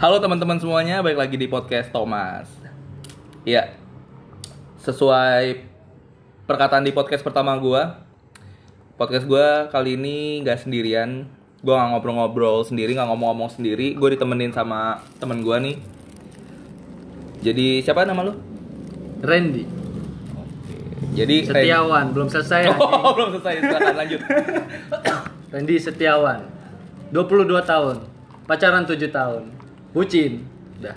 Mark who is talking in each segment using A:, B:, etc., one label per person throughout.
A: Halo teman-teman semuanya, balik lagi di podcast Thomas. Iya. Sesuai perkataan di podcast pertama gua, podcast gua kali ini nggak sendirian. Gua nggak ngobrol-ngobrol sendiri, nggak ngomong-ngomong sendiri. Gue ditemenin sama temen gua nih. Jadi siapa nama lu?
B: Randy
A: Jadi Ren-
B: Setiawan belum selesai anjing.
A: Oh, belum selesai, silakan lanjut.
B: Randy Setiawan 22 tahun pacaran 7 tahun bucin udah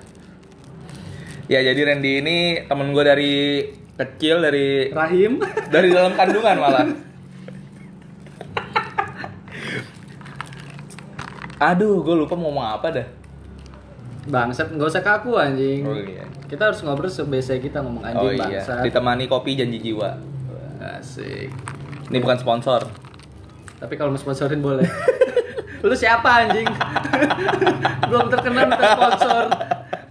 A: ya, jadi Randy ini temen gua dari kecil dari
B: rahim
A: dari dalam kandungan malah. Aduh, gue lupa mau ngomong apa dah.
B: bangsat nggak usah kaku anjing
A: Oh iya.
B: kita harus ngobrol sebisa kita
A: oh
B: ngomong anjing
A: iya,
B: bangsat
A: ditemani kopi janji jiwa.
B: asik
A: Ini bukan sponsor.
B: tapi kalau mau sponsorin boleh lu siapa anjing belum terkenal minta sponsor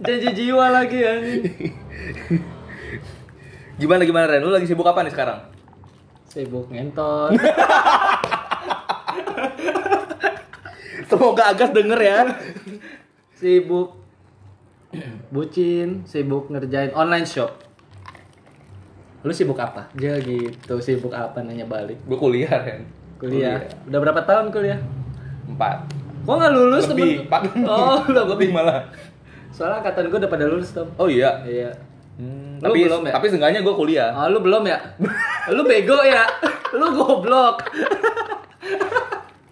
B: janji jiwa lagi anjing
A: Gimana gimana Ren? Lu lagi sibuk apa nih sekarang?
B: sibuk ngentot
A: Semoga Agas denger ya.
B: sibuk bucin, sibuk ngerjain online shop. Lu sibuk apa? Dia gitu, sibuk apa nanya balik.
A: gue kuliah Ren.
B: Kuliah. Udah berapa tahun kuliah?
A: Empat.
B: Kok nggak lulus
A: lebih, empat.
B: temen? Oh, udah
A: lebih malah.
B: Soalnya angkatan gue udah pada lulus Tom.
A: Oh iya.
B: Iya.
A: Hmm,
B: Lu
A: tapi
B: belum ya?
A: tapi seenggaknya gue kuliah.
B: Oh, lu belum ya? lu bego ya? lu goblok.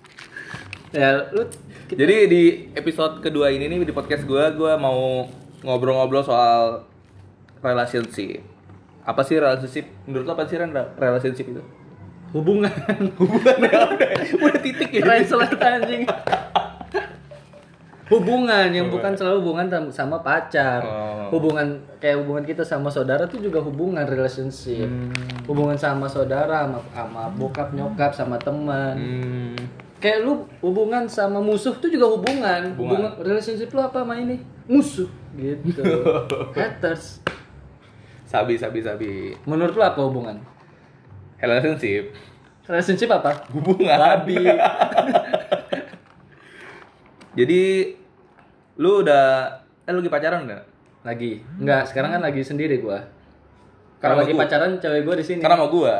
B: ya, lu
A: Jadi di episode kedua ini nih di podcast gue, gue mau ngobrol-ngobrol soal relationship. Apa sih relationship? Menurut lo apa sih Ren, relationship itu?
B: hubungan
A: Hubungan ya udah, udah titik ya.
B: Translate anjing. hubungan yang bukan selalu hubungan tam- sama pacar.
A: Oh.
B: Hubungan kayak hubungan kita sama saudara tuh juga hubungan relationship.
A: Hmm.
B: Hubungan sama saudara sama, sama bokap nyokap sama teman.
A: Hmm,
B: Kayak lu hubungan sama musuh tuh juga hubungan.
A: Hubungan.
B: relationship lu apa sama ini? Musuh gitu. Haters.
A: sabi sabi sabi.
B: Menurut lu apa hubungan?
A: Relationship,
B: Relationship apa?
A: hubungan.
B: Babi.
A: Jadi lu udah eh lu lagi pacaran udah?
B: lagi. Enggak, sekarang kan lagi sendiri gua.
A: Karena
B: Kalau lagi
A: gua-
B: pacaran cewek gua di sini.
A: Karena sama gua.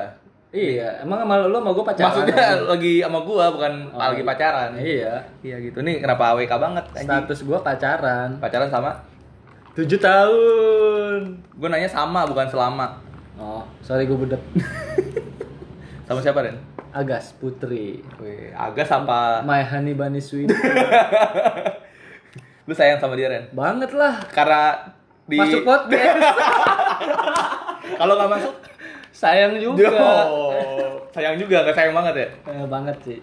B: Iya, emang sama lu mau gue pacaran?
A: Maksudnya lagi sama gua bukan
B: Oh,
A: lagi
B: iya.
A: pacaran.
B: Iya.
A: Iya gitu. Nih kenapa AWK banget anjing?
B: Status gua pacaran.
A: Pacaran sama?
B: 7 tahun.
A: Gue nanya sama bukan selama.
B: Oh, sorry gue budek.
A: Sama siapa Ren?
B: Agas Putri.
A: Wih, agak apa?
B: My honey bunny sweet.
A: Lu sayang sama dia Ren?
B: Banget lah.
A: Karena di
B: Masuk podcast.
A: kalau nggak masuk
B: Sayang
A: juga
B: juga.
A: sayang juga nggak sayang banget ya.
B: Eh, banget sih.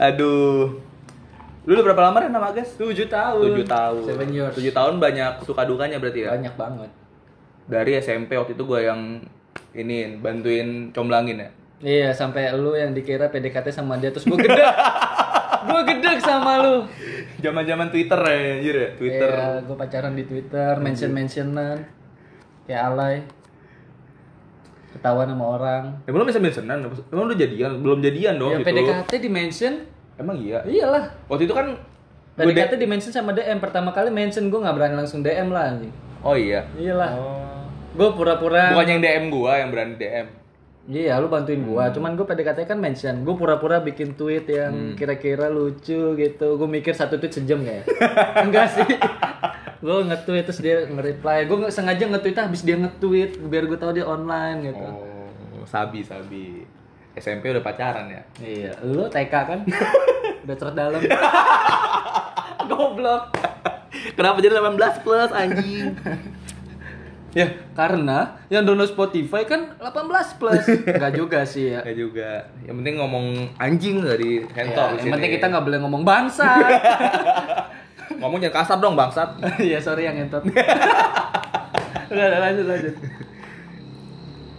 A: Aduh. Lu udah berapa lama Ren sama Agas?
B: 7 tahun.
A: 7 tahun.
B: Seven
A: 7
B: years.
A: tahun banyak suka dukanya berarti ya.
B: Banyak banget.
A: Dari SMP waktu itu gua yang ini bantuin comblangin ya.
B: Iya, sampai lu yang dikira PDKT sama dia terus gue gede. gue gede sama lu.
A: Zaman-zaman Twitter ya, anjir ya, Twitter.
B: Iya, gue pacaran di Twitter, mention-mentionan. Kayak alay. Ketawa sama orang.
A: Emang lu bisa mentionan? Ya, Emang lu jadian? Belum jadian dong
B: ya
A: gitu.
B: PDKT di mention.
A: Emang iya.
B: Iyalah.
A: Waktu itu kan gua de-
B: PDKT di mention sama DM. Pertama kali mention gue nggak berani langsung DM lah anjing.
A: Oh iya.
B: Iyalah.
A: Oh.
B: Gue pura-pura.
A: Bukan yang DM gua yang berani DM.
B: Iya, lu bantuin gua.
A: Hmm.
B: Cuman gue PDKT kan mention. Gue pura-pura bikin tweet
A: Hmm.
B: yang kira-kira lucu gitu. Gue mikir satu tweet sejam kayak. Enggak sih. gue nge-tweet terus dia nge-reply. Gue nggak sengaja nge-tweet ah, habis dia nge-tweet biar gue tahu dia online gitu.
A: Oh, sabi sabi. SMP udah pacaran ya.
B: Iya, lu TK kan? Udah terdalam. Goblok.
A: Kenapa jadi 18 plus anjing? ya,
B: Karena yang download Spotify kan 18 plus. Enggak juga sih ya.
A: ya juga. Yang penting ngomong anjing dari
B: Ya,
A: hentok. di
B: yang penting
A: sini.
B: kita nggak boleh ngomong bangsa.
A: ngomong jangan kasar dong bangsat.
B: Iya sorry yang entot. udah, udah, lanjut lanjut.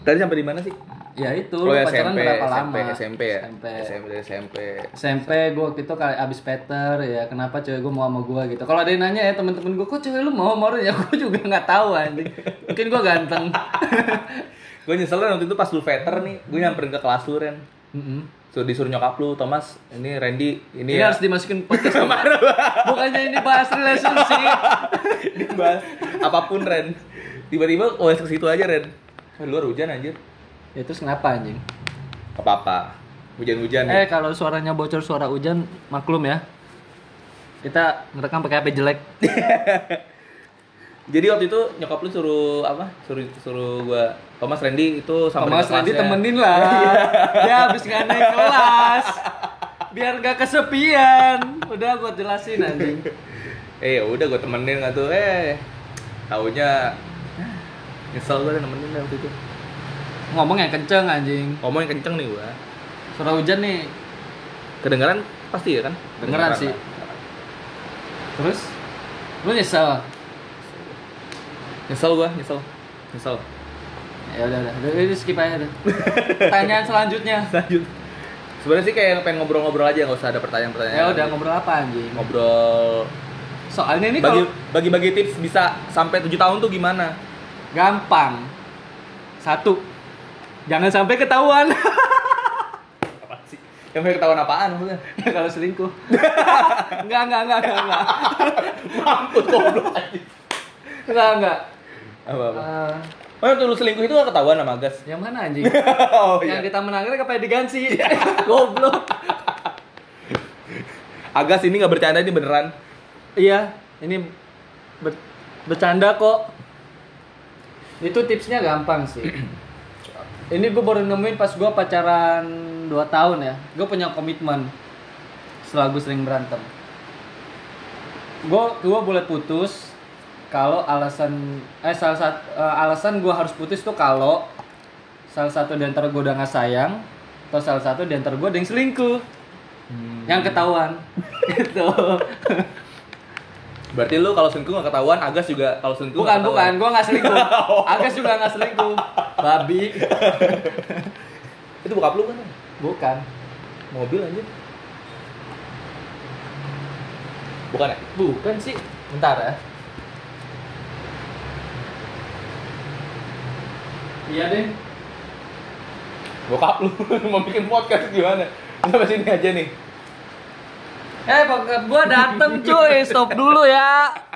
A: Tadi sampai di mana sih?
B: ya itu
A: Oh,
B: lu
A: ya,
B: pacaran
A: SMP,
B: berapa
A: SMP,
B: lama
A: SMP ya?
B: SMP
A: SMP, SMP.
B: SMP gue waktu itu kayak abis Peter ya kenapa cewek gue mau sama gue gitu kalau ada yang nanya ya temen-temen gue kok cewek lu mau sama orang?" ya gue juga nggak tahu anjing mungkin gue ganteng
A: Gue nyesel Ren, waktu itu pas lu veter nih, gue nyamperin ke kelas lu Ren.
B: Mm-mm.
A: So, disuruh nyokap lu, Thomas, ini Randy, ini,
B: ini
A: ya.
B: harus dimasukin podcast bukannya ini bahas relationship
A: Dibahas apapun Ren. Tiba-tiba OS ke situ aja Ren. Oh, luar hujan anjir.
B: ya terus kenapa anjing
A: Gak apa-apa. Hujan-hujan ya.
B: eh kalau suaranya bocor suara hujan maklum ya kita ngerekam pakai HP jelek
A: Jadi waktu itu nyokap lu suruh apa? Suruh suruh gua Thomas Randy itu sampai
B: Mas
A: ke
B: Randy
A: kelasnya.
B: temenin lah Ya, dia habis nggak naik kelas biar gak kesepian udah gue jelasin anjing
A: Eh ya udah gua temenin nggak tuh. Eh taunya ah, nyesel gua deh nemenin deh waktu itu.
B: ngomong yang kenceng anjing
A: Ngomong yang kenceng nih gua.
B: suara hujan nih
A: Kedengaran pasti ya kan?
B: Kedengeran sih. terus lu nyesel
A: lah. Nyesel gua, nyesel. Nyesel.
B: ya udah udah udah udah, skip aja udah pertanyaan selanjutnya
A: Lanjut. Sebenarnya sih kayak pengen ngobrol-ngobrol aja nggak usah ada pertanyaan-pertanyaan.
B: ya udah ngobrol apa anjing
A: ngobrol
B: soalnya ini
A: bagi
B: kalau
A: bagi-bagi tips bisa sampai 7 tahun tuh gimana?
B: gampang satu jangan sampai ketahuan
A: Apa sih? Yang pengen ketahuan apaan maksudnya?
B: kalau selingkuh enggak enggak enggak enggak enggak
A: Mampus goblok anjing.
B: enggak enggak
A: Apa-apa.
B: Eh,
A: Oh, yang dulu selingkuh itu gak ketahuan sama Gas.
B: yang mana anjing
A: oh Iya.
B: yang di Taman Anggrek apa yang di Gansi goblok
A: Agas ini gak bercanda ini beneran.
B: Iya, ini ber- bercanda kok. Itu tipsnya gampang sih. ini gue baru nemuin pas gue pacaran 2 tahun ya. Gue punya komitmen. Setelah gue sering berantem. Gue gue boleh putus kalau alasan eh salah satu eh, alasan gue harus putus tuh kalau salah satu di antara gue udah nggak sayang atau salah satu di antara gue ada yang selingkuh yang ketahuan gitu
A: Berarti lu kalau selingkuh gak ketahuan, Agas juga kalau selingkuh
B: Bukan,
A: nggak
B: bukan.
A: ketahuan.
B: Gua nggak ya? Oh. selingkuh. Agus juga nggak selingkuh. Babi.
A: Itu bokap lu kan?
B: Bukan.
A: Mobil aja. Bukan ya?
B: Bukan sih. Bentar ya. Iya deh.
A: Bokap lu mau bikin podcast gimana? Sampai sini aja nih.
B: Eh, bokap gua dateng cuy. Stop dulu ya.